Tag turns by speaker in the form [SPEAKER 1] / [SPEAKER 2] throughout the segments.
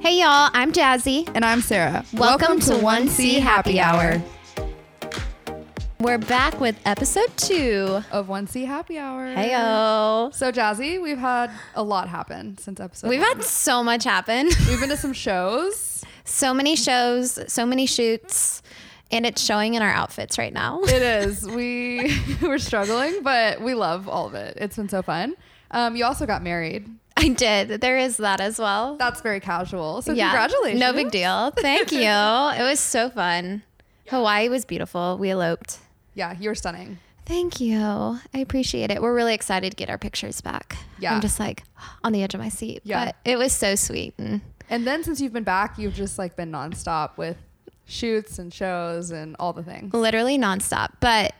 [SPEAKER 1] Hey y'all, I'm Jazzy.
[SPEAKER 2] And I'm Sarah.
[SPEAKER 1] Welcome to 1C Happy Hour. We're back with episode two.
[SPEAKER 2] of 1C Happy Hour.
[SPEAKER 1] Heyo.
[SPEAKER 2] So, Jazzy, we've had a lot happen since episode
[SPEAKER 1] We've
[SPEAKER 2] one.
[SPEAKER 1] had so much happen.
[SPEAKER 2] We've been to some shows.
[SPEAKER 1] So many shows, so many shoots, and it's showing in our outfits right now.
[SPEAKER 2] It is. We we're struggling, but we love all of it. It's been so fun. Um, you also got married.
[SPEAKER 1] I did. There is that as well.
[SPEAKER 2] That's very casual. So Oh, congratulations.
[SPEAKER 1] No big deal. Thank you. it was so fun. Hawaii was beautiful. We eloped.
[SPEAKER 2] Yeah, you're stunning.
[SPEAKER 1] Thank you. I appreciate it. We're really excited to get our pictures back.
[SPEAKER 2] Yeah.
[SPEAKER 1] I'm just like on the edge of my seat.
[SPEAKER 2] Yeah.
[SPEAKER 1] But it was so sweet. And
[SPEAKER 2] And then since you've been back, you've just like been nonstop with shoots and shows and all the things.
[SPEAKER 1] literally nonstop. But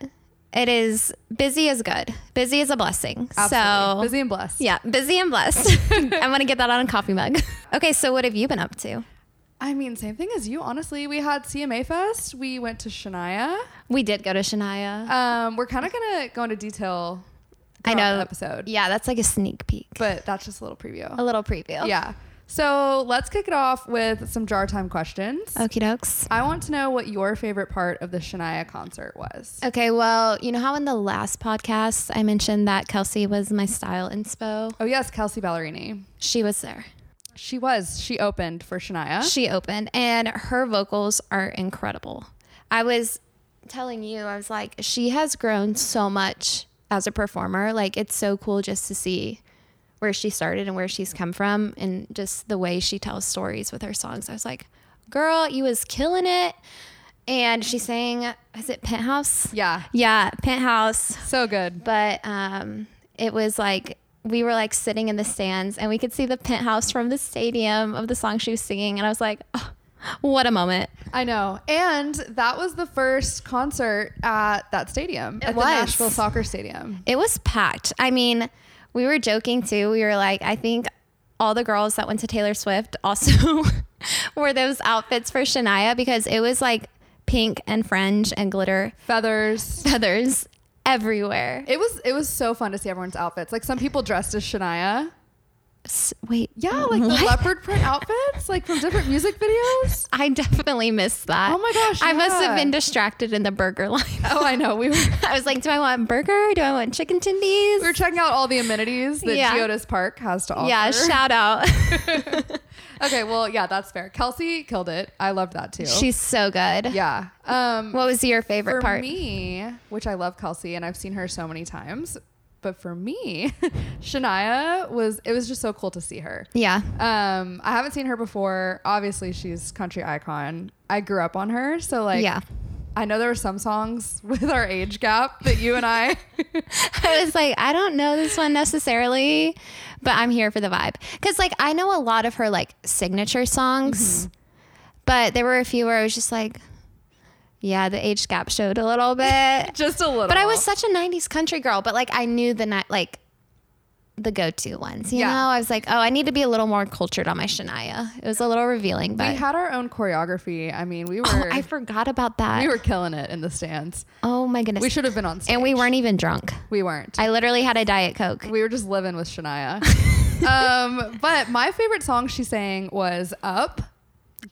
[SPEAKER 1] it is busy is good. Busy is a blessing. So
[SPEAKER 2] Absolutely. busy and blessed.
[SPEAKER 1] yeah, busy and blessed. I'm gonna get that on a coffee mug. okay, so what have you been up to?
[SPEAKER 2] I mean, same thing as you. Honestly, we had CMA Fest. We went to Shania.
[SPEAKER 1] We did go to Shania.
[SPEAKER 2] Um, we're kind of gonna go into detail.
[SPEAKER 1] I
[SPEAKER 2] throughout
[SPEAKER 1] know.
[SPEAKER 2] the episode,
[SPEAKER 1] Yeah, that's like a sneak peek.
[SPEAKER 2] but that's just a little preview.
[SPEAKER 1] a little preview.
[SPEAKER 2] Yeah. So let's kick it off with some jar time questions.
[SPEAKER 1] Okie dokes.
[SPEAKER 2] I want to know what your favorite part of the Shania concert was.
[SPEAKER 1] Okay, well, you know how in the last podcast I mentioned that Kelsey was my style inspo?
[SPEAKER 2] Oh yes, Kelsey Ballerini.
[SPEAKER 1] She was there.
[SPEAKER 2] She was. She opened for Shania.
[SPEAKER 1] She opened, and her vocals are incredible. I was telling you, I was like, she has grown so much as a performer. Like, it's so cool just to see where she started and where she's come from, and just the way she tells stories with her songs. I was like, girl, you was killing it. And she sang, is it Penthouse?
[SPEAKER 2] Yeah.
[SPEAKER 1] Yeah, Penthouse.
[SPEAKER 2] So good.
[SPEAKER 1] but um, it was like we were like sitting in the stands and we could see the penthouse from the stadium of the song she was singing and i was like oh, what a moment
[SPEAKER 2] I know. And that was the first concert at that stadium. at
[SPEAKER 1] was.
[SPEAKER 2] the Nashville Soccer Stadium.
[SPEAKER 1] it was packed i mean we were joking too we were like i think all the girls that went to taylor swift also wore those outfits for shania because it was like pink and fringe and glitter
[SPEAKER 2] Feathers.
[SPEAKER 1] feathers everywhere
[SPEAKER 2] It was it was so fun to see everyone's outfits. Like some people dressed as Shania.
[SPEAKER 1] S- wait
[SPEAKER 2] Yeah, like the
[SPEAKER 1] what?
[SPEAKER 2] leopard print outfits, like from different music videos.
[SPEAKER 1] i definitely missed that
[SPEAKER 2] Oh my gosh,
[SPEAKER 1] i must have
[SPEAKER 2] yeah.
[SPEAKER 1] been distracted in the burger line
[SPEAKER 2] Oh, I know. We were
[SPEAKER 1] I was like, do I want burger? Do I want chicken tendies?
[SPEAKER 2] we were checking out all the amenities that
[SPEAKER 1] Yeah.
[SPEAKER 2] Geodes Park has to offer.
[SPEAKER 1] yeah, shout out.
[SPEAKER 2] okay, well, yeah, that's fair. Kelsey killed it. I loved that too.
[SPEAKER 1] She's so good.
[SPEAKER 2] yeah. Um
[SPEAKER 1] What was your favorite
[SPEAKER 2] for
[SPEAKER 1] part?
[SPEAKER 2] me, which I love Kelsey and I've seen her so many times, but for me, Shania was it was just so cool to see her.
[SPEAKER 1] Yeah.
[SPEAKER 2] Um, I haven't seen her before. Obviously, she's country icon. I grew up on her, so like,
[SPEAKER 1] Yeah.
[SPEAKER 2] I know there were some songs with our age gap that you and I.
[SPEAKER 1] I was like, I don't know this one necessarily, but I'm here for the vibe. Cause like I know a lot of her like signature songs,
[SPEAKER 2] Mm-hmm.
[SPEAKER 1] but there were a few where I was just like, yeah, the age gap showed a little bit.
[SPEAKER 2] just a little.
[SPEAKER 1] but I was such a 90s country girl, but like I knew the night, like, the go-to ones, you
[SPEAKER 2] Yeah.
[SPEAKER 1] know. I was like, "Oh, I need to be a little more cultured on my Shania." It was a little revealing, but
[SPEAKER 2] We had our own choreography. I mean, we were
[SPEAKER 1] Oh, I forgot about that.
[SPEAKER 2] we were killing it in the stands.
[SPEAKER 1] oh my goodness.
[SPEAKER 2] We should have been on stage.
[SPEAKER 1] and we weren't even drunk.
[SPEAKER 2] We weren't.
[SPEAKER 1] I literally had a Diet Coke.
[SPEAKER 2] we were just living with Shania. um, but my favorite song she sang was "Up."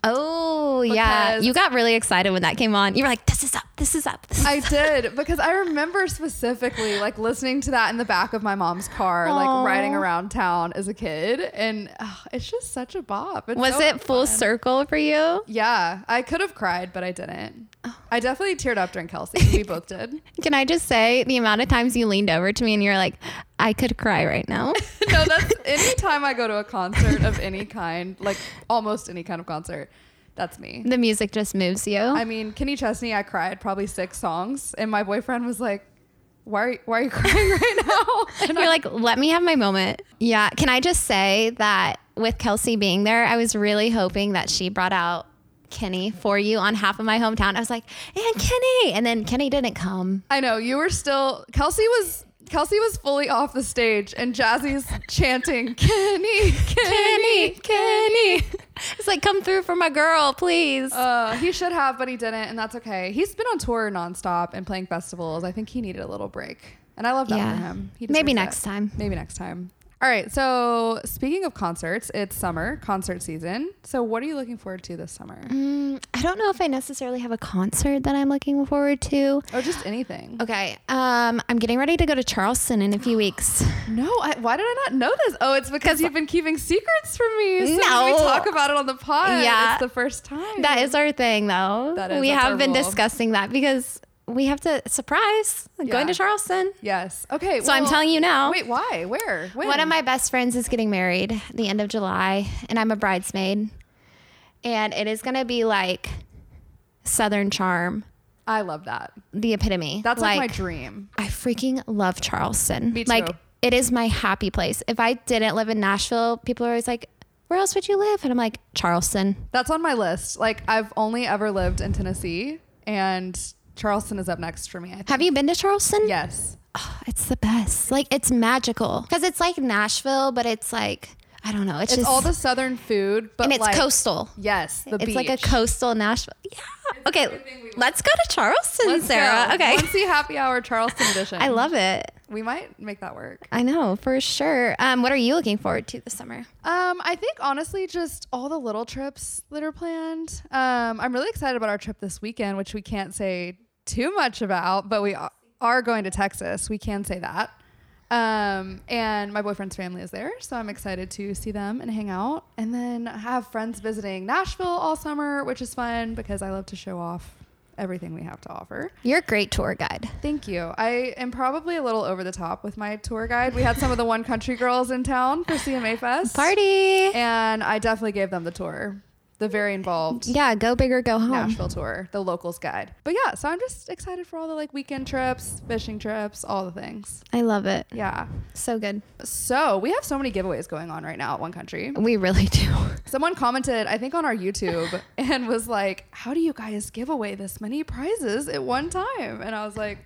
[SPEAKER 1] Oh, yeah.
[SPEAKER 2] Because-
[SPEAKER 1] You got really excited when that came on. You were like, this is up. This is up. This is
[SPEAKER 2] I
[SPEAKER 1] up."
[SPEAKER 2] did because I remember specifically like listening to that in the back of my mom's car,
[SPEAKER 1] Aw.
[SPEAKER 2] like riding around town as a kid, and ugh, it's just such a bop. It's
[SPEAKER 1] Was
[SPEAKER 2] so
[SPEAKER 1] it full
[SPEAKER 2] fun.
[SPEAKER 1] circle for you?
[SPEAKER 2] Yeah, I could have cried, but I didn't. I definitely teared up during Kelsey. We both did.
[SPEAKER 1] Can I just say the amount of times you leaned over to me and you're like, I could cry right now?
[SPEAKER 2] No, that's anytime I go to a concert of any kind, like almost any kind of concert, that's me.
[SPEAKER 1] the music just moves you.
[SPEAKER 2] I mean, Kenny Chesney, I cried probably six songs, and my boyfriend was like, "Why are you, why are you crying right now?" And
[SPEAKER 1] You're like, let me have my moment. Yeah. Can I just say that with Kelsey being there, I was really hoping that she brought out Kenny for you on half of my hometown. I was like, and Kenny. And then Kenny didn't come.
[SPEAKER 2] I know you were still Kelsey was Kelsey was fully off the stage and Jazzy's chanting Kenny Kenny Kenny.
[SPEAKER 1] It's like, come through for my girl, please.
[SPEAKER 2] Uh, he should have, but he didn't, and that's okay. He's been on tour nonstop and playing festivals. I think he needed a little break, and I love that
[SPEAKER 1] Yeah.
[SPEAKER 2] for him. He
[SPEAKER 1] Maybe
[SPEAKER 2] deserves
[SPEAKER 1] next
[SPEAKER 2] it.
[SPEAKER 1] time.
[SPEAKER 2] Maybe next time. All right. So speaking of concerts, it's summer, concert season. So what are you looking forward to this summer?
[SPEAKER 1] Mm, I don't know if I necessarily have a concert that I'm looking forward to.
[SPEAKER 2] Or just anything?
[SPEAKER 1] Okay, um, I'm getting ready to go to Charleston in a few weeks.
[SPEAKER 2] No, I, why did I not know this? Oh, it's because you've been keeping secrets from me. So when
[SPEAKER 1] No.
[SPEAKER 2] we talk about it on the pod.
[SPEAKER 1] Yeah.
[SPEAKER 2] it's the first time.
[SPEAKER 1] That is our thing, though.
[SPEAKER 2] That is-
[SPEAKER 1] we
[SPEAKER 2] that's
[SPEAKER 1] have
[SPEAKER 2] our
[SPEAKER 1] been
[SPEAKER 2] rule.
[SPEAKER 1] discussing that because we have to surprise going
[SPEAKER 2] Yeah.
[SPEAKER 1] to Charleston.
[SPEAKER 2] yes. Okay.
[SPEAKER 1] So I'm telling you now.
[SPEAKER 2] Wait, why? Where? When?
[SPEAKER 1] One of my best friends is getting married the end of July, and I'm a bridesmaid. And it is going to be like Southern charm,
[SPEAKER 2] I love that.
[SPEAKER 1] the epitome.
[SPEAKER 2] That's like, my dream.
[SPEAKER 1] I freaking love Charleston.
[SPEAKER 2] Me
[SPEAKER 1] Like
[SPEAKER 2] too.
[SPEAKER 1] it is my happy place. If I didn't live in Nashville, people are always like, "Where else would you live?" And I'm like, "Charleston."
[SPEAKER 2] That's on my list. Like I've only ever lived in Tennessee, and Charleston is up next for me. I think.
[SPEAKER 1] Have you been to Charleston?
[SPEAKER 2] Yes.
[SPEAKER 1] Oh, it's the best. Like it's magical because it's like Nashville, but it's like I don't know. It's,
[SPEAKER 2] It's
[SPEAKER 1] just
[SPEAKER 2] all the southern food, but
[SPEAKER 1] and it's
[SPEAKER 2] like,
[SPEAKER 1] coastal.
[SPEAKER 2] Yes, the
[SPEAKER 1] it's
[SPEAKER 2] beach.
[SPEAKER 1] like a coastal Nashville. Yeah. Okay,
[SPEAKER 2] everything we
[SPEAKER 1] let's go to Charleston,
[SPEAKER 2] Let's
[SPEAKER 1] Sarah.
[SPEAKER 2] go.
[SPEAKER 1] Okay.
[SPEAKER 2] Muncie Happy Hour Charleston edition.
[SPEAKER 1] I love it.
[SPEAKER 2] We might make that work.
[SPEAKER 1] I know for sure. Um, what are you looking forward to this summer?
[SPEAKER 2] Um, I think honestly, just all the little trips that are planned. Um, I'm really excited about our trip this weekend, which we can't say too much about, but we a- are going to Texas. We can say that. Um, and my boyfriend's family is there, so I'm excited to see them and hang out. And then I have friends visiting Nashville all summer, which is fun because I love to show off everything we have to offer.
[SPEAKER 1] You're a great tour guide.
[SPEAKER 2] Thank you. I am probably a little over the top with my tour guide. We had some of the One Country girls in town for CMA Fest.
[SPEAKER 1] Party.
[SPEAKER 2] And I definitely gave them the tour, the very involved
[SPEAKER 1] Yeah, go big or go home.
[SPEAKER 2] Nashville tour, the locals guide. But yeah, so I'm just excited for all the like weekend trips, fishing trips, all the things.
[SPEAKER 1] I love it.
[SPEAKER 2] Yeah.
[SPEAKER 1] So good.
[SPEAKER 2] So we have so many giveaways going on right now at One Country.
[SPEAKER 1] We really do.
[SPEAKER 2] Someone commented, I think on our YouTube, and was like, How do you guys give away this many prizes at one time? And I was like,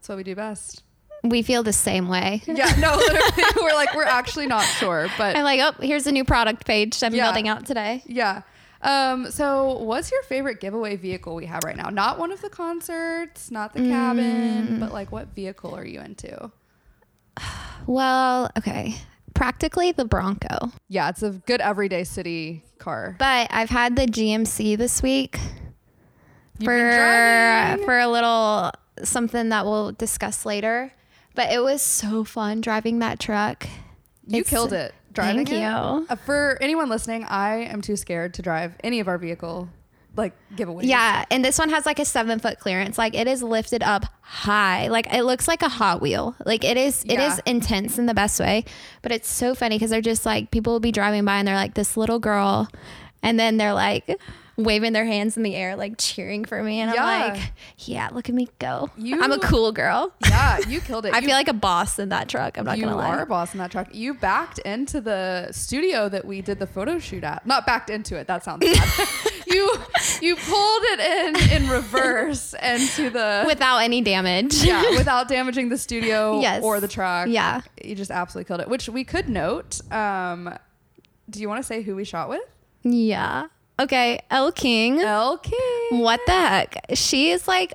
[SPEAKER 2] That's what we do best.
[SPEAKER 1] We feel the same way.
[SPEAKER 2] Yeah, no, literally, we're like we're actually not sure,
[SPEAKER 1] I'm
[SPEAKER 2] but
[SPEAKER 1] like, oh, here's a new product page I'm
[SPEAKER 2] Yeah.
[SPEAKER 1] building out today.
[SPEAKER 2] yeah. Um, so what's your favorite giveaway vehicle we have right now? Not one of the concerts, not the
[SPEAKER 1] Mm.
[SPEAKER 2] cabin, but like what vehicle are you into?
[SPEAKER 1] Well, okay. Practically the Bronco,
[SPEAKER 2] Yeah, it's a good everyday city car.
[SPEAKER 1] but I've had the GMC this week
[SPEAKER 2] You've been
[SPEAKER 1] for
[SPEAKER 2] driving.
[SPEAKER 1] for a little something that we'll discuss later. But it was so fun driving that truck.
[SPEAKER 2] you
[SPEAKER 1] it's-
[SPEAKER 2] killed it driving
[SPEAKER 1] Thank
[SPEAKER 2] it.
[SPEAKER 1] you.
[SPEAKER 2] Uh, for anyone listening, I am too scared to drive any of our vehicle like giveaways.
[SPEAKER 1] Yeah, and this one has like a seven foot clearance. Like it is lifted up high. Like it looks like a Hot Wheel. Like it is. It
[SPEAKER 2] Yeah.
[SPEAKER 1] is intense in the best way. But it's so funny because they're just like people will be driving by and they're like this little girl, and then they're like waving their hands in the air like cheering for me, and
[SPEAKER 2] Yeah.
[SPEAKER 1] I'm like, yeah, look at me go.
[SPEAKER 2] You-
[SPEAKER 1] I'm a cool girl.
[SPEAKER 2] Yeah, you killed it.
[SPEAKER 1] I
[SPEAKER 2] You
[SPEAKER 1] feel like a boss in that truck. I'm not
[SPEAKER 2] you
[SPEAKER 1] gonna lie.
[SPEAKER 2] are a boss in that truck. You backed into the studio that we did the photo shoot at. Not backed into it. That sounds bad. you you pulled it in in reverse and to the
[SPEAKER 1] Without any damage.
[SPEAKER 2] yeah without damaging the studio
[SPEAKER 1] Yes.
[SPEAKER 2] or the truck.
[SPEAKER 1] Yeah.
[SPEAKER 2] you just absolutely killed it. Which we could note. Um, do you want to say who we shot with?
[SPEAKER 1] Yeah. Okay. El King.
[SPEAKER 2] L King.
[SPEAKER 1] What the heck? She is like,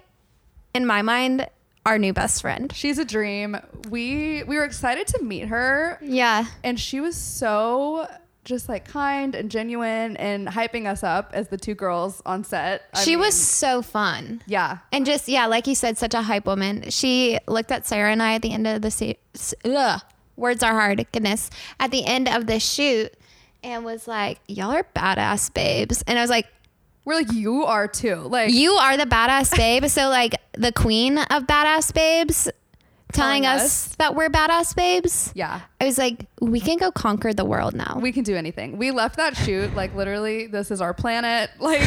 [SPEAKER 1] in my mind, our new best friend.
[SPEAKER 2] She's a dream. We we were excited to meet her.
[SPEAKER 1] Yeah.
[SPEAKER 2] and she was so just like kind and genuine and hyping us up as the two girls on set. I
[SPEAKER 1] she
[SPEAKER 2] mean,
[SPEAKER 1] was so fun.
[SPEAKER 2] yeah.
[SPEAKER 1] And just, yeah, like you said, such a hype woman. She looked at Sarah and I at the end of the se- s- ugh, words are hard, goodness, at the end of the shoot and was like, y'all are badass babes. And I was like,
[SPEAKER 2] We're like you are too. Like
[SPEAKER 1] you are the badass babe. So, like, the queen of badass babes telling
[SPEAKER 2] Telling
[SPEAKER 1] us, that we're badass babes.
[SPEAKER 2] yeah.
[SPEAKER 1] I was like, we can go conquer the world now.
[SPEAKER 2] We can do anything. We left that shoot like literally this is our planet. Like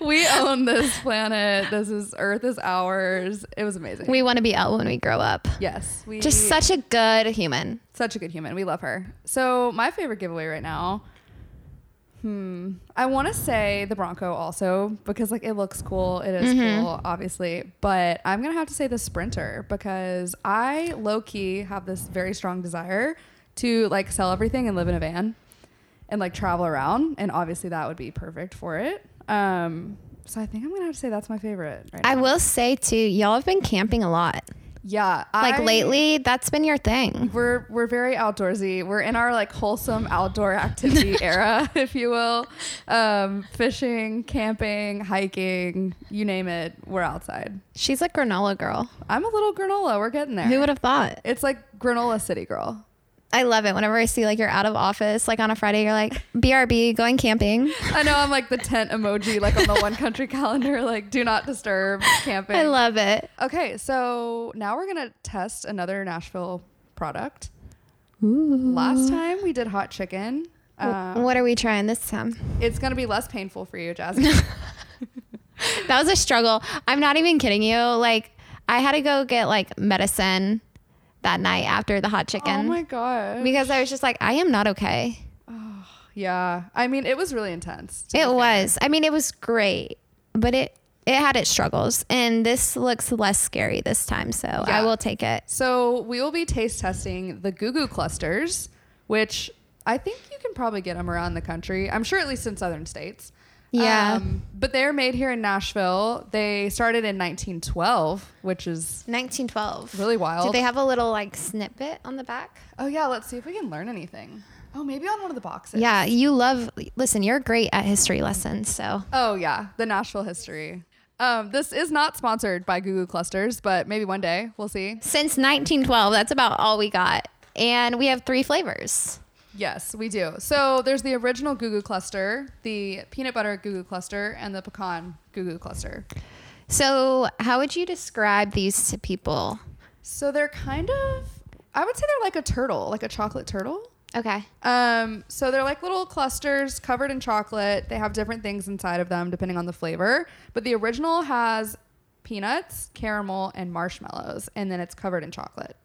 [SPEAKER 2] we own this planet. This is earth is ours. It was amazing.
[SPEAKER 1] We want to be out when we grow up.
[SPEAKER 2] yes. We
[SPEAKER 1] Just such a good human.
[SPEAKER 2] such a good human. We love her. So my favorite giveaway right now. Hmm. I want to say the Bronco also because like it looks cool. It is
[SPEAKER 1] Mm-hmm.
[SPEAKER 2] cool, obviously. But I'm gonna have to say the Sprinter because I low key have this very strong desire to like sell everything and live in a van and like travel around, and obviously that would be perfect for it. Um. So I think I'm gonna have to say that's my favorite. Right
[SPEAKER 1] I
[SPEAKER 2] now.
[SPEAKER 1] will say too, y'all have been camping a lot.
[SPEAKER 2] Yeah.
[SPEAKER 1] Like
[SPEAKER 2] I-
[SPEAKER 1] lately, that's been your thing.
[SPEAKER 2] We're we're very outdoorsy. We're in our like wholesome outdoor activity era, if you will. Um, fishing, camping, hiking, you name it, we're outside.
[SPEAKER 1] She's a granola girl.
[SPEAKER 2] I'm a little granola. We're getting there.
[SPEAKER 1] Who would have thought?
[SPEAKER 2] it's like granola city girl.
[SPEAKER 1] I love it whenever I see like you're out of office, like on a Friday, you're like, BRB, going camping.
[SPEAKER 2] I know I'm like the tent emoji, like on the one country calendar, like do not disturb camping.
[SPEAKER 1] I love it.
[SPEAKER 2] okay, so now we're gonna test another Nashville product. Last time we did hot chicken. Uh,
[SPEAKER 1] what are we trying this time?
[SPEAKER 2] it's gonna be less painful for you, Jasmine.
[SPEAKER 1] That was a struggle. I'm not even kidding you. Like, I had to go get like medicine that night after the hot chicken
[SPEAKER 2] Oh my god.
[SPEAKER 1] because I was just like, I am not okay.
[SPEAKER 2] yeah. I mean, it was really intense.
[SPEAKER 1] It was. I mean, it was great, but it it had its struggles, and this looks less scary this time. So
[SPEAKER 2] Yeah.
[SPEAKER 1] I will take it.
[SPEAKER 2] So we will be taste testing the Goo Goo clusters, which I think you can probably get them around the country. I'm sure at least in southern states.
[SPEAKER 1] Yeah.
[SPEAKER 2] Um, but they're made here in Nashville. They started in 1912, which is
[SPEAKER 1] 1912.
[SPEAKER 2] really
[SPEAKER 1] Do
[SPEAKER 2] wild.
[SPEAKER 1] they have a little like snippet on the back?
[SPEAKER 2] oh yeah, let's see if we can learn anything. Oh, maybe on one of the boxes.
[SPEAKER 1] Yeah, you love. Listen, you're great at history lessons, so
[SPEAKER 2] Oh yeah, the Nashville history. Um, this is not sponsored by Goo Goo Clusters, but maybe one day we'll see.
[SPEAKER 1] since 1912, that's about all we got, and we have three flavors.
[SPEAKER 2] Yes, we do. So there's the original Goo Goo Cluster, the peanut butter Goo Goo Cluster, and the pecan Goo Goo Cluster.
[SPEAKER 1] So, how would you describe these to people?
[SPEAKER 2] So they're kind of, I would say they're like a turtle, like a chocolate turtle.
[SPEAKER 1] Okay.
[SPEAKER 2] Um, so they're like little clusters covered in chocolate. They have different things inside of them depending on the flavor. But the original has peanuts, caramel, and marshmallows, and then it's covered in chocolate.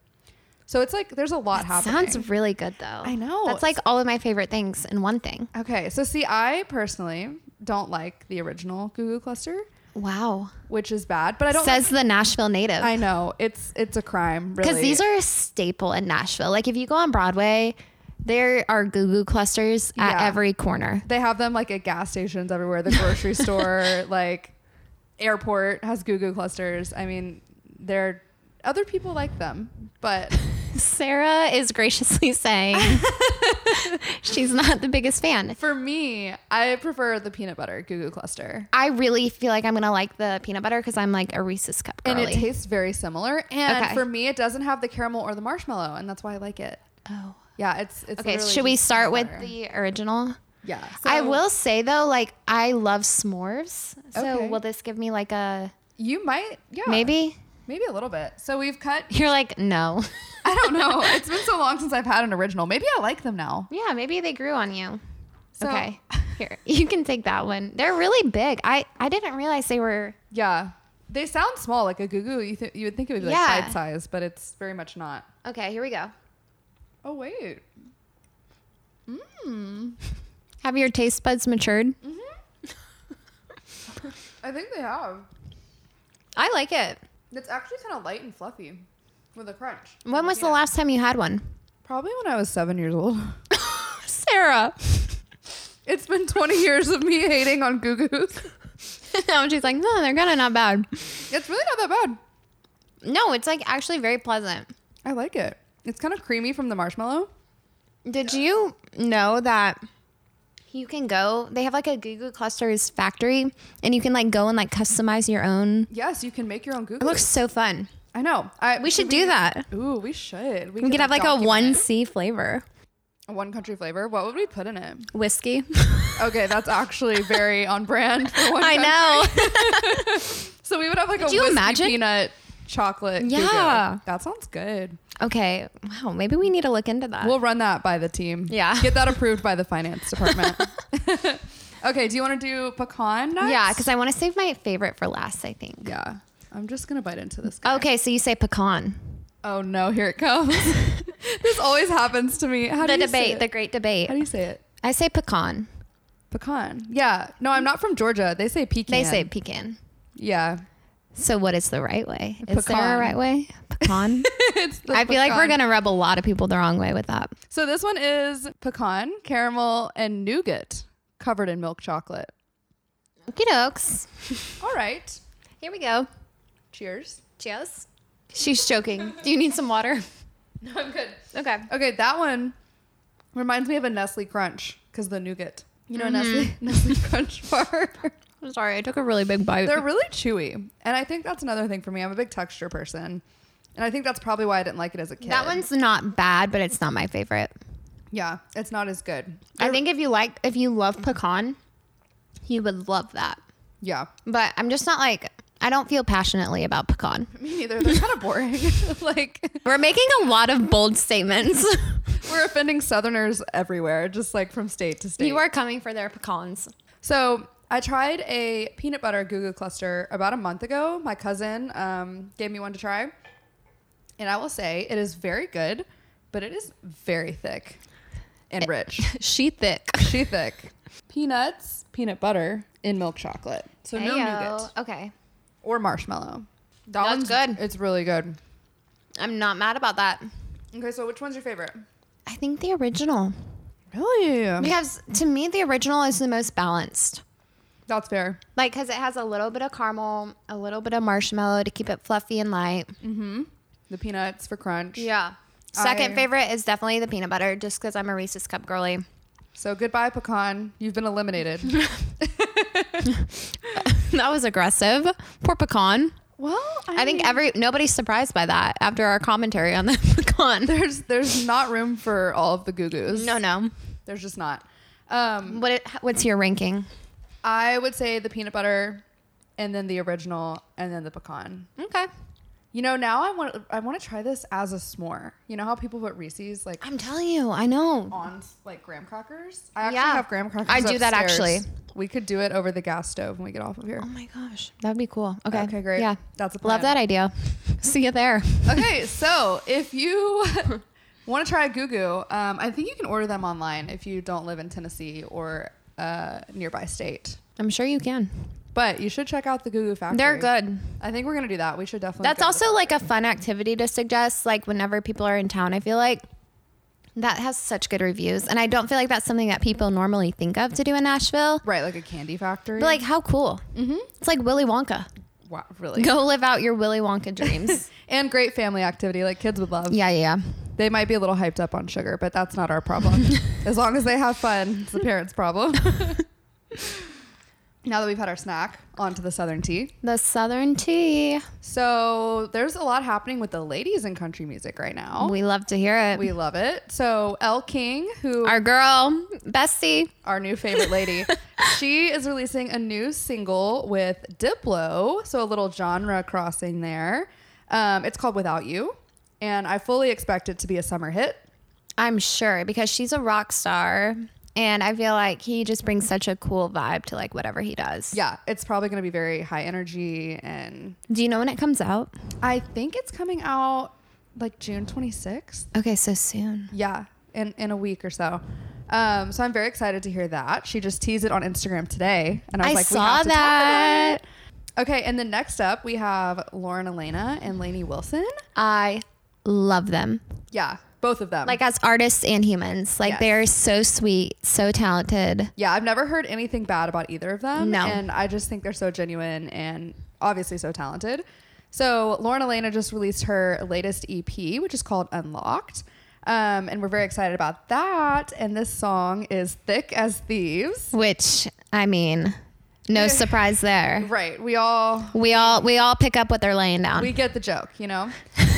[SPEAKER 2] So it's like there's a lot happening.
[SPEAKER 1] Sounds really good though. I
[SPEAKER 2] know.
[SPEAKER 1] That's like all of my favorite things in one thing.
[SPEAKER 2] okay. So see, I personally don't like the original Goo Goo Cluster,
[SPEAKER 1] Wow.
[SPEAKER 2] which is bad. But I don't. like-
[SPEAKER 1] Says the Nashville native.
[SPEAKER 2] I know it's it's a crime. Really,
[SPEAKER 1] Because these are a staple in Nashville. Like if you go on Broadway, there are goo goo clusters at
[SPEAKER 2] Yeah.
[SPEAKER 1] every corner.
[SPEAKER 2] They have them like at gas stations everywhere, the grocery store, like airport has Goo Goo clusters. I mean, they're other people like them, but
[SPEAKER 1] Sarah is graciously saying she's not the biggest fan.
[SPEAKER 2] for me, I prefer the peanut butter Goo Goo cluster.
[SPEAKER 1] I really feel like I'm gonna like the peanut butter because I'm like a Reese's cup girly.
[SPEAKER 2] And it tastes very similar. And
[SPEAKER 1] Okay.
[SPEAKER 2] for me, it doesn't have the caramel or the marshmallow, and that's why I like it.
[SPEAKER 1] oh.
[SPEAKER 2] Yeah, it's it's
[SPEAKER 1] Okay,
[SPEAKER 2] literally
[SPEAKER 1] should we
[SPEAKER 2] just
[SPEAKER 1] start with
[SPEAKER 2] peanut butter.
[SPEAKER 1] the original?
[SPEAKER 2] yeah?
[SPEAKER 1] I
[SPEAKER 2] So
[SPEAKER 1] will say though, like I love s'mores. So
[SPEAKER 2] Okay.
[SPEAKER 1] will this give me like a
[SPEAKER 2] You might, yeah,
[SPEAKER 1] maybe?
[SPEAKER 2] maybe a little bit. So we've cut.
[SPEAKER 1] You're like, no.
[SPEAKER 2] I don't know. it's been so long since I've had an original. Maybe I like them now.
[SPEAKER 1] Yeah, maybe they grew on you.
[SPEAKER 2] So-
[SPEAKER 1] okay. Here. You can take that one. They're really big. I I didn't realize they were
[SPEAKER 2] Yeah. They sound small, like a goo goo. You, th- you would think it would be like
[SPEAKER 1] Yeah.
[SPEAKER 2] bite size, but it's very much not.
[SPEAKER 1] Okay, here we go.
[SPEAKER 2] Oh, wait.
[SPEAKER 1] Have your taste buds matured?
[SPEAKER 2] I think they have.
[SPEAKER 1] I like it.
[SPEAKER 2] It's actually kind of light and fluffy with a crunch.
[SPEAKER 1] When was the last time you had one?
[SPEAKER 2] Probably when I was seven years old.
[SPEAKER 1] Sarah.
[SPEAKER 2] It's been 20 years of me hating on goo goos.
[SPEAKER 1] and she's like, no, they're kind of not bad.
[SPEAKER 2] It's really not that bad.
[SPEAKER 1] No, it's like actually very pleasant.
[SPEAKER 2] I like it. It's kind of creamy from the marshmallow.
[SPEAKER 1] Did you know that you can go? They have like a Goo Goo Clusters factory, and you can like go and like customize your own.
[SPEAKER 2] Yes, you can make your own goo
[SPEAKER 1] It
[SPEAKER 2] goo.
[SPEAKER 1] looks so fun.
[SPEAKER 2] I know. I,
[SPEAKER 1] We should do that.
[SPEAKER 2] Ooh, we should.
[SPEAKER 1] We could have like a
[SPEAKER 2] document
[SPEAKER 1] one C flavor
[SPEAKER 2] it. one country flavor. What would we put in it?
[SPEAKER 1] whiskey.
[SPEAKER 2] Okay, that's actually very on brand. For one
[SPEAKER 1] I
[SPEAKER 2] country.
[SPEAKER 1] know.
[SPEAKER 2] So we would have like a
[SPEAKER 1] you
[SPEAKER 2] whiskey
[SPEAKER 1] imagine?
[SPEAKER 2] peanut chocolate. Goo Goo.
[SPEAKER 1] Yeah.
[SPEAKER 2] that sounds good.
[SPEAKER 1] okay. Wow. Maybe we need to look into that.
[SPEAKER 2] We'll run that by the team.
[SPEAKER 1] Uh, Yeah.
[SPEAKER 2] get that approved by the finance department. okay, do you want to do pecan? Next?
[SPEAKER 1] yeah, because I want to save my favorite for last. I think.
[SPEAKER 2] yeah. I'm just gonna bite into this. Guy.
[SPEAKER 1] Okay, so you say pecan.
[SPEAKER 2] Oh no, here it comes. this always happens to me. How
[SPEAKER 1] The
[SPEAKER 2] do you say
[SPEAKER 1] debate,
[SPEAKER 2] it?
[SPEAKER 1] the great debate.
[SPEAKER 2] How do you say it?
[SPEAKER 1] I say pecan.
[SPEAKER 2] Pecan. Yeah. No, I'm not from Georgia. They say pecan.
[SPEAKER 1] They say pecan.
[SPEAKER 2] yeah.
[SPEAKER 1] So what is the right way? Is there
[SPEAKER 2] Pecan.
[SPEAKER 1] a right way? Pecan.
[SPEAKER 2] it's the
[SPEAKER 1] I feel like we're
[SPEAKER 2] pecan.
[SPEAKER 1] gonna rub a lot of people the wrong way with that.
[SPEAKER 2] So this one is pecan, caramel, and nougat covered in milk chocolate.
[SPEAKER 1] Okie dokes.
[SPEAKER 2] All right.
[SPEAKER 1] Here we go.
[SPEAKER 2] Cheers.
[SPEAKER 1] Cheers. She's joking. Do you need some water?
[SPEAKER 2] No, I'm good.
[SPEAKER 1] Okay.
[SPEAKER 2] Okay, that one reminds me of a Nestle Crunch because the nougat. You know, Nestle Nestle Crunch bar.
[SPEAKER 1] I'm sorry. I took a really big bite.
[SPEAKER 2] They're really chewy, and I think that's another thing for me. I'm a big texture person, and I think that's probably why I didn't like it as a kid.
[SPEAKER 1] that one's not bad, but it's not my favorite.
[SPEAKER 2] yeah, it's not as good.
[SPEAKER 1] I think if you like, if you love pecan, you would love that.
[SPEAKER 2] Yeah,
[SPEAKER 1] But I'm just not like, I don't feel passionately about pecan.
[SPEAKER 2] me neither. They're kind of boring. like
[SPEAKER 1] We're making a lot of bold statements.
[SPEAKER 2] we're offending Southerners everywhere, just like from state to state.
[SPEAKER 1] you are coming for their pecans.
[SPEAKER 2] So I tried a peanut butter goo goo cluster about a month ago. My cousin um, gave me one to try, and I will say it is very good, but it is very thick and rich.
[SPEAKER 1] She thick.
[SPEAKER 2] she thick. Peanuts, peanut butter, and milk chocolate. So no nougat
[SPEAKER 1] Okay.
[SPEAKER 2] or marshmallow. That
[SPEAKER 1] That's
[SPEAKER 2] one's
[SPEAKER 1] good.
[SPEAKER 2] It's really good.
[SPEAKER 1] I'm not mad about that.
[SPEAKER 2] Okay, so which one's your favorite?
[SPEAKER 1] I think the original.
[SPEAKER 2] Really?
[SPEAKER 1] Because to me, the original is the most balanced.
[SPEAKER 2] That's fair.
[SPEAKER 1] Like, because it has a little bit of caramel, a little bit of marshmallow to keep it fluffy and light.
[SPEAKER 2] Mm-hmm. The peanuts for crunch.
[SPEAKER 1] Yeah. Second
[SPEAKER 2] I-
[SPEAKER 1] favorite is definitely the peanut butter, just because I'm a Reese's Cup girly.
[SPEAKER 2] So goodbye pecan. You've been eliminated.
[SPEAKER 1] that was aggressive. Poor pecan.
[SPEAKER 2] well,
[SPEAKER 1] I think every nobody's surprised by that after our commentary on the pecan.
[SPEAKER 2] there's there's not room for all of the goo goos.
[SPEAKER 1] No, no.
[SPEAKER 2] there's just not. Um,
[SPEAKER 1] What it, what's your ranking?
[SPEAKER 2] I would say the peanut butter, and then the original, and then the pecan.
[SPEAKER 1] Okay.
[SPEAKER 2] You know, now I want I want to try this as a s'more. You know how people put Reese's like
[SPEAKER 1] I'm telling you, I know.
[SPEAKER 2] on like graham crackers. I actually
[SPEAKER 1] Yeah.
[SPEAKER 2] have graham crackers.
[SPEAKER 1] I do that actually.
[SPEAKER 2] upstairs. We could do it over the gas stove when we get off of here.
[SPEAKER 1] Oh my gosh, that'd be cool. Okay.
[SPEAKER 2] Okay, great.
[SPEAKER 1] Yeah,
[SPEAKER 2] That's a
[SPEAKER 1] love
[SPEAKER 2] plan.
[SPEAKER 1] that idea. See you there.
[SPEAKER 2] okay, so if you want to try a goo goo, um, I think you can order them online if you don't live in Tennessee or a nearby state.
[SPEAKER 1] I'm sure you can.
[SPEAKER 2] But you should check out the Goo Goo Factory.
[SPEAKER 1] They're good.
[SPEAKER 2] I think we're gonna do that. We should definitely.
[SPEAKER 1] That's
[SPEAKER 2] go.
[SPEAKER 1] also like a fun activity to suggest, like whenever people are in town. I feel like that has such good reviews, and I don't feel like that's something that people normally think of to do in Nashville.
[SPEAKER 2] right, like a candy factory.
[SPEAKER 1] But like, how cool! Mm-hmm. It's like Willy Wonka.
[SPEAKER 2] wow, really.
[SPEAKER 1] Go live out your Willy Wonka dreams.
[SPEAKER 2] And great family activity, like kids would love.
[SPEAKER 1] yeah, yeah, yeah.
[SPEAKER 2] They might be a little hyped up on sugar, but that's not our problem. as long as they have fun, it's the parents' problem. now that we've had our snack, on to the Southern tea.
[SPEAKER 1] The Southern tea.
[SPEAKER 2] So there's a lot happening with the ladies in country music right now.
[SPEAKER 1] Oh. We love to hear it.
[SPEAKER 2] We love it. So Elle King, who
[SPEAKER 1] Our girl, Bessie.
[SPEAKER 2] our new favorite lady. she is releasing a new single with Diplo, so a little genre crossing there. Um, it's called Without You, and I fully expect it to be a summer hit.
[SPEAKER 1] I'm sure because she's a rock star. And I feel like he just brings such a cool vibe to like whatever he does.
[SPEAKER 2] Yeah, it's probably going to be very high energy, and
[SPEAKER 1] Do you know when it comes out?
[SPEAKER 2] I think it's coming out like June 26th.
[SPEAKER 1] Okay, so soon.
[SPEAKER 2] Yeah, in in a week or so. Um, so I'm very excited to hear that. She just teased it on Instagram today, and I was
[SPEAKER 1] I
[SPEAKER 2] like, we
[SPEAKER 1] saw
[SPEAKER 2] have to talk about
[SPEAKER 1] that.
[SPEAKER 2] it. Okay, and then next up we have Lauren Elena and Lainey Wilson.
[SPEAKER 1] I love them.
[SPEAKER 2] Yeah, both of them.
[SPEAKER 1] Like as artists and humans. Like
[SPEAKER 2] Yes.
[SPEAKER 1] they're so sweet, so talented.
[SPEAKER 2] yeah, I've never heard anything bad about either of them.
[SPEAKER 1] No.
[SPEAKER 2] And I just think they're so genuine and obviously so talented. So Lauren Elena just released her latest EP, which is called Unlocked. Um, and we're very excited about that. And this song is Thick as Thieves.
[SPEAKER 1] Which I mean, no surprise there.
[SPEAKER 2] Right. We all
[SPEAKER 1] We all we all pick up what they're laying down.
[SPEAKER 2] we get the joke, you know?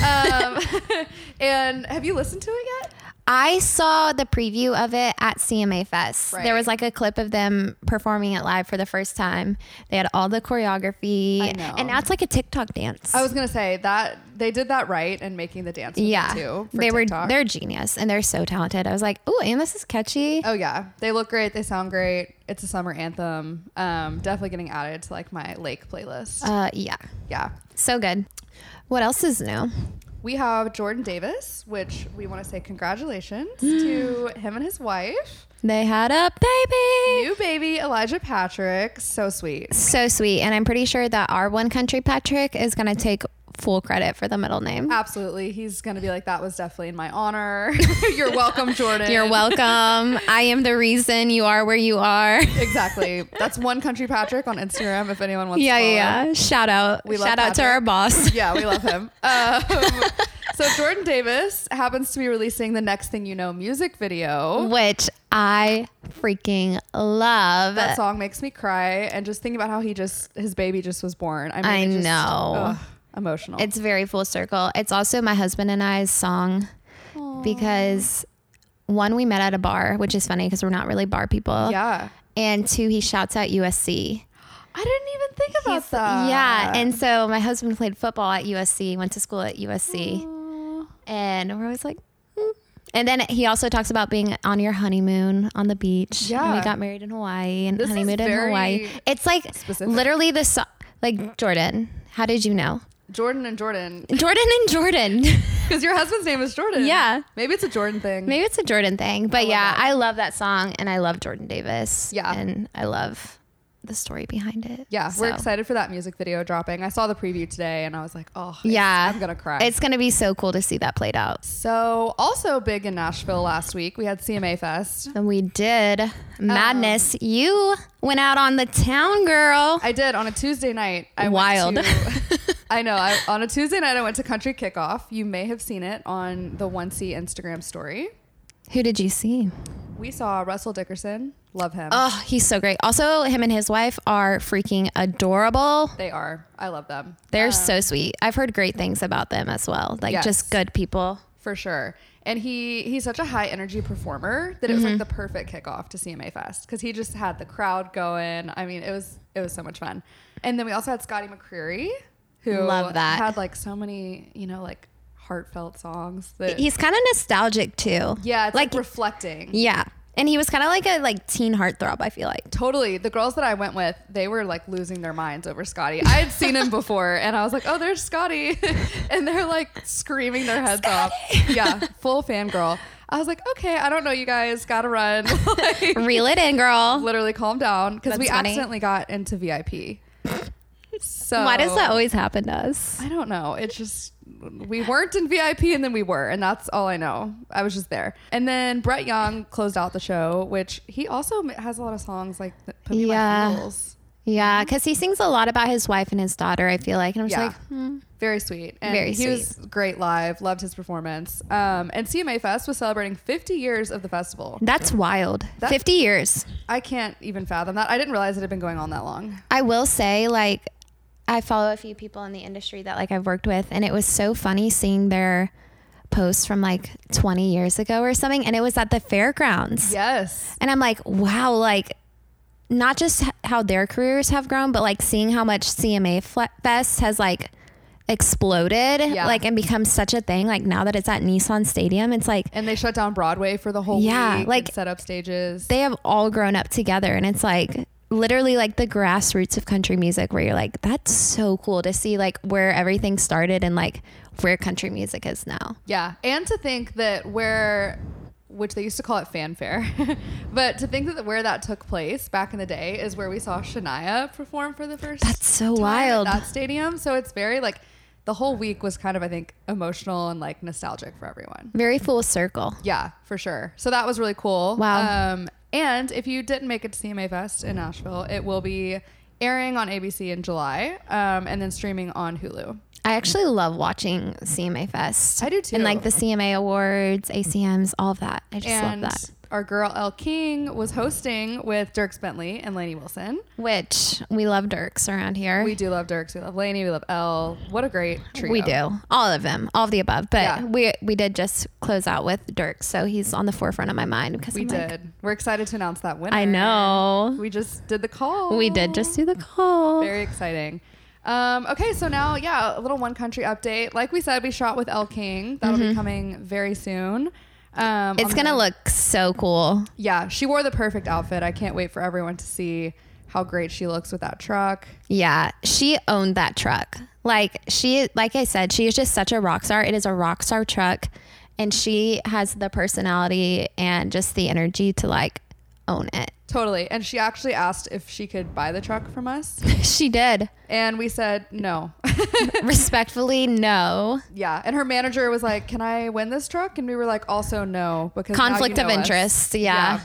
[SPEAKER 2] Um, and have you listened to it yet?
[SPEAKER 1] I saw the preview of it at CMA Fest.
[SPEAKER 2] Right.
[SPEAKER 1] There was like a clip of them performing it live for the first time. They had all the choreography,
[SPEAKER 2] I know.
[SPEAKER 1] and now it's like a TikTok dance.
[SPEAKER 2] I was gonna say that they did that right and making the dance. movement,
[SPEAKER 1] yeah,
[SPEAKER 2] too. for
[SPEAKER 1] they
[SPEAKER 2] TikTok.
[SPEAKER 1] were they're genius and they're so talented. I was like, oh, and this is catchy.
[SPEAKER 2] Oh yeah, they look great. They sound great. It's a summer anthem. Um, definitely getting added to like my lake playlist.
[SPEAKER 1] Uh, yeah,
[SPEAKER 2] yeah,
[SPEAKER 1] so good. What else is new?
[SPEAKER 2] we have Jordan Davis, which we want to say congratulations to him and his wife,
[SPEAKER 1] They had a baby.
[SPEAKER 2] new baby Elijah Patrick. So sweet.
[SPEAKER 1] So sweet, and I'm pretty sure that our one country Patrick is gonna take full credit for the middle name.
[SPEAKER 2] Absolutely. He's going to be like, that was definitely in my honor. You're welcome, Jordan.
[SPEAKER 1] You're welcome. I am the reason you are where you are.
[SPEAKER 2] Exactly. That's one country Patrick on Instagram if anyone wants
[SPEAKER 1] Yeah,
[SPEAKER 2] to follow.
[SPEAKER 1] yeah, yeah. Shout out.
[SPEAKER 2] We love
[SPEAKER 1] Shout out to
[SPEAKER 2] Patrick.
[SPEAKER 1] our boss.
[SPEAKER 2] Yeah, we love him. Um, so Jordan Davis happens to be releasing the Next Thing You Know music video.
[SPEAKER 1] Which I freaking love.
[SPEAKER 2] That song makes me cry. And just thinking about how he just, his baby just was born. I, mean,
[SPEAKER 1] I
[SPEAKER 2] it just-
[SPEAKER 1] know.
[SPEAKER 2] ugh, emotional.
[SPEAKER 1] It's very full circle. It's also my husband and I's song because one, we met at a bar, which is funny because we're not really bar people.
[SPEAKER 2] yeah.
[SPEAKER 1] And two, he shouts out USC.
[SPEAKER 2] I didn't even think about that.
[SPEAKER 1] yeah. And so my husband played football at USC, went to school at USC. And we're always like, "Mm." and then he also talks about being on your honeymoon on the beach. And
[SPEAKER 2] Yeah.
[SPEAKER 1] we got married in Hawaii and
[SPEAKER 2] This is
[SPEAKER 1] honeymooned in
[SPEAKER 2] very
[SPEAKER 1] Hawaii. It's like
[SPEAKER 2] specific.
[SPEAKER 1] literally the song. Like Jordan, how did you know?
[SPEAKER 2] Jordan and Jordan.
[SPEAKER 1] Jordan and Jordan.
[SPEAKER 2] Because your husband's name is Jordan.
[SPEAKER 1] Yeah.
[SPEAKER 2] Maybe it's a Jordan thing.
[SPEAKER 1] Maybe it's a Jordan thing, but yeah,
[SPEAKER 2] that.
[SPEAKER 1] I love that song and I love Jordan Davis.
[SPEAKER 2] Yeah.
[SPEAKER 1] And I love the story behind it.
[SPEAKER 2] Yeah, we're
[SPEAKER 1] So,
[SPEAKER 2] excited for that music video dropping. I saw the preview today and I was like, oh, it's-
[SPEAKER 1] Yeah.
[SPEAKER 2] I'm going to cry.
[SPEAKER 1] It's going to be so cool to see that played out.
[SPEAKER 2] so, also big in Nashville last week, we had CMA Fest.
[SPEAKER 1] And we did. Madness,
[SPEAKER 2] Um,
[SPEAKER 1] you went out on the town, girl.
[SPEAKER 2] I did on a Tuesday night. I went
[SPEAKER 1] Wild.
[SPEAKER 2] to- I know. I, on a Tuesday night, I went to Country Kickoff. You may have seen it on the 1C Instagram story.
[SPEAKER 1] Who did you see?
[SPEAKER 2] We saw Russell Dickerson. Love him.
[SPEAKER 1] Oh, he's so great. Also, him and his wife are freaking adorable.
[SPEAKER 2] they are. I love them.
[SPEAKER 1] They're so sweet. I've heard great things about them as well. Like
[SPEAKER 2] Yes.
[SPEAKER 1] just good people.
[SPEAKER 2] for sure. And he he's such a high energy performer that it
[SPEAKER 1] Mm-hmm.
[SPEAKER 2] was like the perfect kickoff to CMA Fest because he just had the crowd going. I mean, it was it was so much fun. And then we also had Scotty McCreery, who
[SPEAKER 1] Love that.
[SPEAKER 2] had like so many you know like heartfelt songs that
[SPEAKER 1] He's kind of nostalgic too.
[SPEAKER 2] yeah it's like,
[SPEAKER 1] like
[SPEAKER 2] reflecting.
[SPEAKER 1] Yeah. And he was kind of like a like teen heartthrob, I feel like.
[SPEAKER 2] Totally. The girls that I went with, they were like losing their minds over Scotty. I had seen him before and I was like, oh, there's Scotty. and they're like screaming their heads off. Yeah, full fangirl. I was like, okay, I don't know, you guys, gotta run. like,
[SPEAKER 1] Reel it in, girl.
[SPEAKER 2] literally calm down because
[SPEAKER 1] That's
[SPEAKER 2] we
[SPEAKER 1] funny.
[SPEAKER 2] accidentally got into VIP. So
[SPEAKER 1] Why does that always happen to us?
[SPEAKER 2] I don't know. It's just we weren't in VIP and then we were, and that's all I know. I was just there. And then Brett Young closed out the show, which he also has a lot of songs like that "Put Me
[SPEAKER 1] Yeah.
[SPEAKER 2] My Heels."
[SPEAKER 1] Yeah, because he sings a lot about his wife and his daughter, I feel like. And I'm just
[SPEAKER 2] Yeah.
[SPEAKER 1] like, hmm.
[SPEAKER 2] Very sweet. And
[SPEAKER 1] Very
[SPEAKER 2] he was great live. Loved his performance. Um, and CMA Fest was celebrating 50 years of the festival.
[SPEAKER 1] that's wild.
[SPEAKER 2] That-
[SPEAKER 1] 50 years.
[SPEAKER 2] I can't even fathom that. I didn't realize it had been going on that long.
[SPEAKER 1] I will say, like, I follow a few people in the industry that, like, I've worked with, and it was so funny seeing their posts from, like, 20 years ago or something. And it was at the fairgrounds.
[SPEAKER 2] Yes.
[SPEAKER 1] And I'm like, wow, like not just h- how their careers have grown, but like seeing how much CMA Fle- Fest has like exploded,
[SPEAKER 2] Yeah.
[SPEAKER 1] like and become such a thing. Like now that it's at Nissan Stadium, it's like
[SPEAKER 2] And they shut down Broadway for the whole
[SPEAKER 1] Yeah,
[SPEAKER 2] week.
[SPEAKER 1] like-
[SPEAKER 2] and set up stages.
[SPEAKER 1] they have all grown up together, and it's like literally like the grassroots of country music where you're like that's so cool to see like where everything started and like where country music is now
[SPEAKER 2] Yeah, and to think that where, which they used to call it fanfare, but to think that where that took place back in the day is where we saw Shania perform for the first.
[SPEAKER 1] That's so
[SPEAKER 2] time
[SPEAKER 1] wild.
[SPEAKER 2] At that stadium, so it's very like the whole week was kind of I think emotional and like nostalgic for everyone.
[SPEAKER 1] very full circle
[SPEAKER 2] Yeah, for sure. So that was really cool.
[SPEAKER 1] Wow.
[SPEAKER 2] Um, and if you didn't make it to CMA Fest in Nashville, it will be airing on ABC in July, um, and then streaming on Hulu.
[SPEAKER 1] I actually love watching CMA Fest.
[SPEAKER 2] I do too.
[SPEAKER 1] And like the CMA Awards, ACMs, all of that. I just
[SPEAKER 2] and
[SPEAKER 1] love that.
[SPEAKER 2] our girl El King was hosting with Dirks Bentley and Lainey Wilson.
[SPEAKER 1] Which we love Dirks around here.
[SPEAKER 2] We do love Dirks. We love Lainey. We love El. What a great trio.
[SPEAKER 1] We do. All of them. All of the above. But
[SPEAKER 2] Yeah.
[SPEAKER 1] we we did just close out with Dirks, so he's on the forefront of my mind because
[SPEAKER 2] We
[SPEAKER 1] I'm like,
[SPEAKER 2] did. We're excited to announce that winner.
[SPEAKER 1] I know.
[SPEAKER 2] We just did the call.
[SPEAKER 1] We did just do the call.
[SPEAKER 2] Very exciting. Um, okay, so now, yeah, a little one country update. Like we said, we shot with El King. That'll be coming very soon. Um,
[SPEAKER 1] Mm-hmm. it's
[SPEAKER 2] on
[SPEAKER 1] gonna
[SPEAKER 2] the-
[SPEAKER 1] look so cool.
[SPEAKER 2] Yeah, she wore the perfect outfit. I can't wait for everyone to see how great she looks with that truck.
[SPEAKER 1] Yeah, she owned that truck. Like she, like I said, she is just such a rock star. It is a rock star truck, and she has the personality and just the energy to like own it.
[SPEAKER 2] Totally. And she actually asked if she could buy the truck from us.
[SPEAKER 1] she did.
[SPEAKER 2] And we said no.
[SPEAKER 1] Respectfully, no.
[SPEAKER 2] Yeah. And her manager was like, Can I win this truck? And we were like, Also, no, because now you
[SPEAKER 1] Conflict of
[SPEAKER 2] know us."
[SPEAKER 1] interest. Yeah.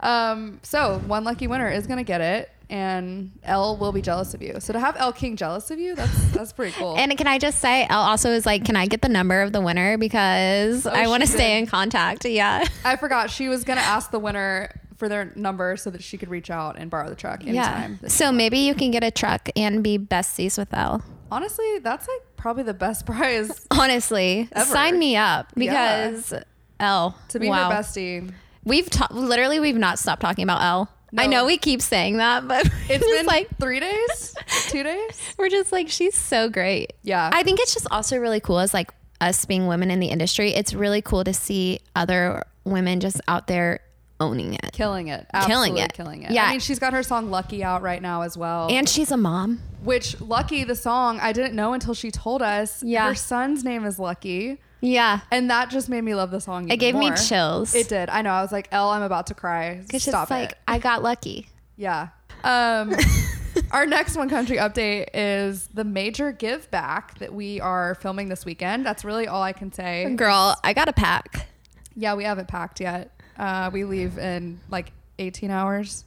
[SPEAKER 2] Yeah. Um, so one lucky winner is going to get it. And L will be jealous of you. So to have L King jealous of you, that's that's pretty cool.
[SPEAKER 1] And can I just say, Elle also is like, can I get the number of the winner? Because
[SPEAKER 2] Oh,
[SPEAKER 1] I want to
[SPEAKER 2] she
[SPEAKER 1] stay in contact. Yeah.
[SPEAKER 2] I forgot she was gonna ask the winner for their number so that she could reach out and borrow the truck anytime.
[SPEAKER 1] Yeah. So maybe you can get a truck and be besties with Elle.
[SPEAKER 2] Honestly, that's like probably the best prize
[SPEAKER 1] Honestly,
[SPEAKER 2] Ever.
[SPEAKER 1] sign me up because Elle.
[SPEAKER 2] to be
[SPEAKER 1] wow.
[SPEAKER 2] her bestie.
[SPEAKER 1] We've ta- literally we've not stopped talking about Elle. I
[SPEAKER 2] No.
[SPEAKER 1] know we keep saying that, but
[SPEAKER 2] It's
[SPEAKER 1] it's
[SPEAKER 2] been
[SPEAKER 1] like
[SPEAKER 2] like three days, two days.
[SPEAKER 1] we're just like she's so great.
[SPEAKER 2] Yeah,
[SPEAKER 1] I think it's just also really cool as like us being women in the industry. It's really cool to see other women just out there owning it.
[SPEAKER 2] killing it,
[SPEAKER 1] Killing
[SPEAKER 2] Absolutely
[SPEAKER 1] it.
[SPEAKER 2] killing it.
[SPEAKER 1] Yeah.
[SPEAKER 2] I mean, she's got her song "Lucky" out right now as well.
[SPEAKER 1] And she's a mom.
[SPEAKER 2] which "Lucky" the song I didn't know until she told us.
[SPEAKER 1] Yeah.
[SPEAKER 2] her son's name is Lucky,
[SPEAKER 1] Yeah.
[SPEAKER 2] and that just made me love the song.
[SPEAKER 1] It
[SPEAKER 2] even
[SPEAKER 1] gave me
[SPEAKER 2] more.
[SPEAKER 1] chills.
[SPEAKER 2] It did. I know. I was like, "L, I'm about to cry.
[SPEAKER 1] It's
[SPEAKER 2] Stop
[SPEAKER 1] just like
[SPEAKER 2] it."
[SPEAKER 1] I got lucky.
[SPEAKER 2] Yeah. Um, our next one country update is the major give back that we are filming this weekend. That's really all I can say.
[SPEAKER 1] Girl, I got a pack.
[SPEAKER 2] Yeah, we haven't packed yet. Uh, we leave in like 18 hours,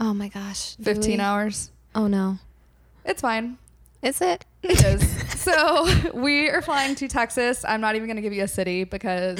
[SPEAKER 1] Oh my gosh. do
[SPEAKER 2] 15
[SPEAKER 1] we-
[SPEAKER 2] hours.
[SPEAKER 1] Oh no.
[SPEAKER 2] It's fine.
[SPEAKER 1] Is it?
[SPEAKER 2] It is. so we are flying to Texas. I'm not even going to give you a city because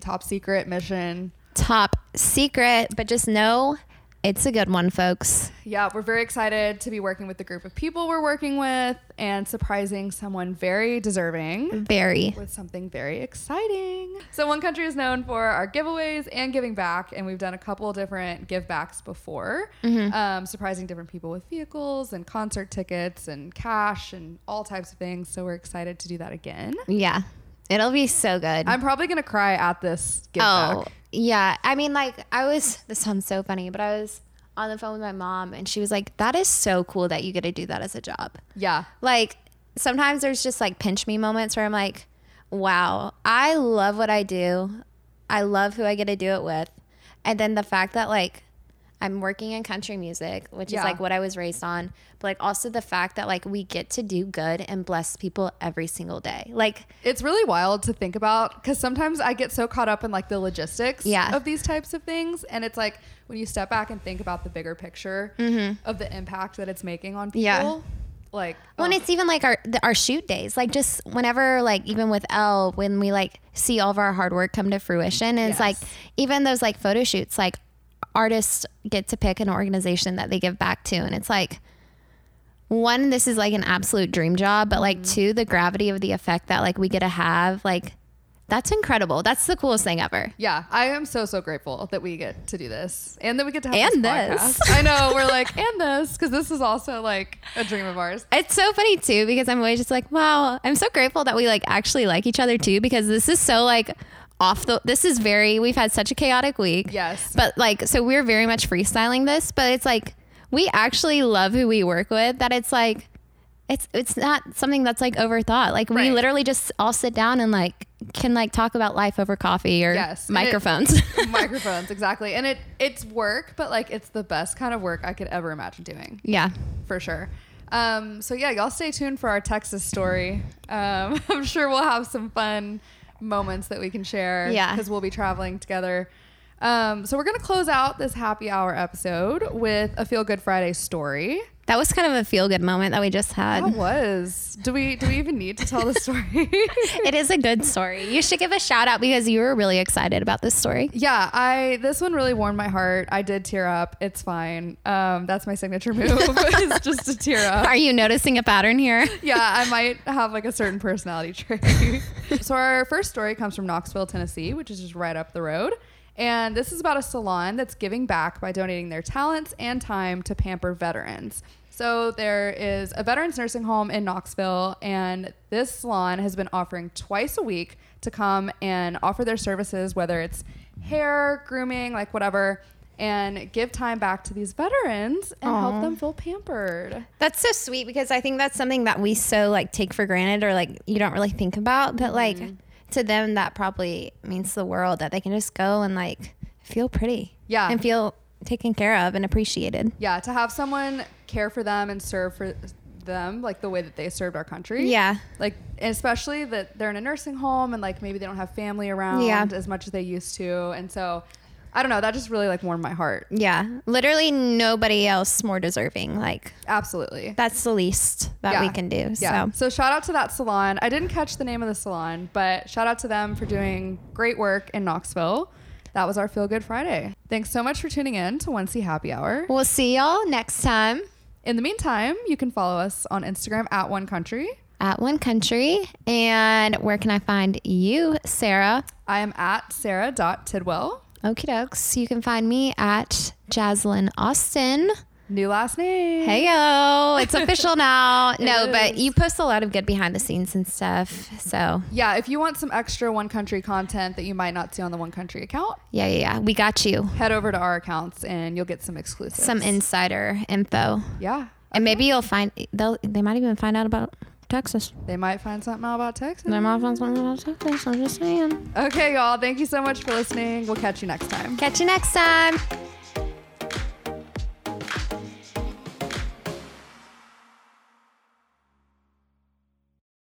[SPEAKER 2] top secret mission.
[SPEAKER 1] Top secret, but just know it's a good one, folks.
[SPEAKER 2] Yeah, we're very excited to be working with the group of people we're working with and surprising someone very deserving.
[SPEAKER 1] Very.
[SPEAKER 2] with something very exciting. So One Country is known for our giveaways and giving back, and we've done a couple different give backs before, um, surprising different people with vehicles and concert tickets and cash and all types of things. So we're excited to do that again.
[SPEAKER 1] Yeah. It'll be so good.
[SPEAKER 2] I'm probably gonna cry at this give
[SPEAKER 1] Oh.
[SPEAKER 2] back.
[SPEAKER 1] yeah. I mean, like, I was, this sounds so funny, but I was on the phone with my mom and she was like, that is so cool that you get to do that as a job.
[SPEAKER 2] Yeah,
[SPEAKER 1] Like, sometimes there's just like pinch me moments where I'm like, wow, I love what I do. I love who I get to do it with. And then the fact that, like, I'm working in country music, which
[SPEAKER 2] Yeah.
[SPEAKER 1] is like what I was raised on, but like also the fact that like we get to do good and bless people every single day. Like,
[SPEAKER 2] it's really wild to think about because sometimes I get so caught up in like the logistics
[SPEAKER 1] Yeah.
[SPEAKER 2] of these types of things, and it's like when you step back and think about the bigger picture of the impact that it's making on people.
[SPEAKER 1] Mm-hmm. Yeah.
[SPEAKER 2] Like oh,
[SPEAKER 1] Well, and it's even like our the, our shoot days, like just whenever, like even with Elle, when we like see all of our hard work come to fruition, and it's like
[SPEAKER 2] Yes.
[SPEAKER 1] even those like photo shoots, like artists get to pick an organization that they give back to, and it's like one, this is like an absolute dream job, but like two, the gravity of the effect that like we get to have, like that's incredible. That's the coolest thing ever.
[SPEAKER 2] Yeah, I am so so grateful that we get to do this and that we get to have
[SPEAKER 1] And
[SPEAKER 2] this.
[SPEAKER 1] this.
[SPEAKER 2] podcast. I know we're like and this because this is also like a dream of ours.
[SPEAKER 1] It's so funny too because I'm always just like, wow, I'm so grateful that we like actually like each other too because this is so like off the this is very we've had such a chaotic week.
[SPEAKER 2] Yes.
[SPEAKER 1] But like so we're very much freestyling this, but it's like we actually love who we work with that it's like it's it's not something that's like overthought. Like we
[SPEAKER 2] Right.
[SPEAKER 1] literally just all sit down and like can like talk about life over coffee or
[SPEAKER 2] Yes, and it-
[SPEAKER 1] microphones.
[SPEAKER 2] Microphones, exactly, and it it's work, but like it's the best kind of work I could ever imagine doing
[SPEAKER 1] yeah.
[SPEAKER 2] for sure. Um, so yeah, y'all stay tuned for our Texas story. Um, I'm sure we'll have some fun moments that we can share.
[SPEAKER 1] Yeah.
[SPEAKER 2] because we'll be traveling together. Um, so we're gonna close out this happy hour episode with a feel good Friday story.
[SPEAKER 1] That was kind of a feel good moment that we just had.
[SPEAKER 2] That was. Do we do we even need to tell the story?
[SPEAKER 1] It is a good story. You should give a shout out because you were really excited about this story.
[SPEAKER 2] yeah, I this one really warmed my heart. I did tear up. It's fine. Um, that's my signature move. is just to tear up.
[SPEAKER 1] Are you noticing a pattern here?
[SPEAKER 2] Yeah, I might have like a certain personality trait. so our first story comes from Knoxville, Tennessee, which is just right up the road. And this is about a salon that's giving back by donating their talents and time to pamper veterans. So there is a veterans nursing home in Knoxville, and this salon has been offering twice a week to come and offer their services, whether it's hair, grooming, like whatever, and give time back to these veterans and help them feel pampered.
[SPEAKER 1] That's so sweet because I think that's something that we so like take for granted or like you don't really think about, but like to them that probably means the world that they can just go and like feel pretty.
[SPEAKER 2] Yeah.
[SPEAKER 1] And feel taken care of and appreciated.
[SPEAKER 2] Yeah, to have someone care for them and serve for served them, like the way that they served our country.
[SPEAKER 1] Yeah.
[SPEAKER 2] Like especially that they're in a nursing home and like maybe they don't have family around
[SPEAKER 1] Yeah.
[SPEAKER 2] as much as they used to. And so I don't know, that just really like warmed my heart.
[SPEAKER 1] Yeah. Literally nobody else more deserving. Like
[SPEAKER 2] Absolutely.
[SPEAKER 1] that's the least that we can do.
[SPEAKER 2] Yeah.
[SPEAKER 1] So
[SPEAKER 2] So. shout out to that salon. I didn't catch the name of the salon, but shout out to them for doing great work in Knoxville. That was our Feel Good Friday. Thanks so much for tuning in to One C Happy Hour.
[SPEAKER 1] we'll see y'all next time
[SPEAKER 2] In the meantime, you can follow us on Instagram at One Country.
[SPEAKER 1] at One Country. And where can I find you, Sarah?
[SPEAKER 2] I am at sarah.tidwell.
[SPEAKER 1] Okie dokes. You can find me at Jaslyn Austin.
[SPEAKER 2] New last name.
[SPEAKER 1] Hey yo, it's official now. no, but
[SPEAKER 2] is.
[SPEAKER 1] you post a lot of good behind the scenes and stuff. So
[SPEAKER 2] Yeah, if you want some extra One Country content that you might not see on the One Country account,
[SPEAKER 1] yeah, yeah, yeah. We got you.
[SPEAKER 2] head over to our accounts and you'll get some exclusives.
[SPEAKER 1] Some insider info.
[SPEAKER 2] yeah.
[SPEAKER 1] And maybe you'll find they'll they might even find out about Texas.
[SPEAKER 2] They might find something out about Texas.
[SPEAKER 1] They might find something about Texas. I'm just saying.
[SPEAKER 2] Okay, y'all. Thank you so much for listening. We'll catch you next time.
[SPEAKER 1] Catch you next time.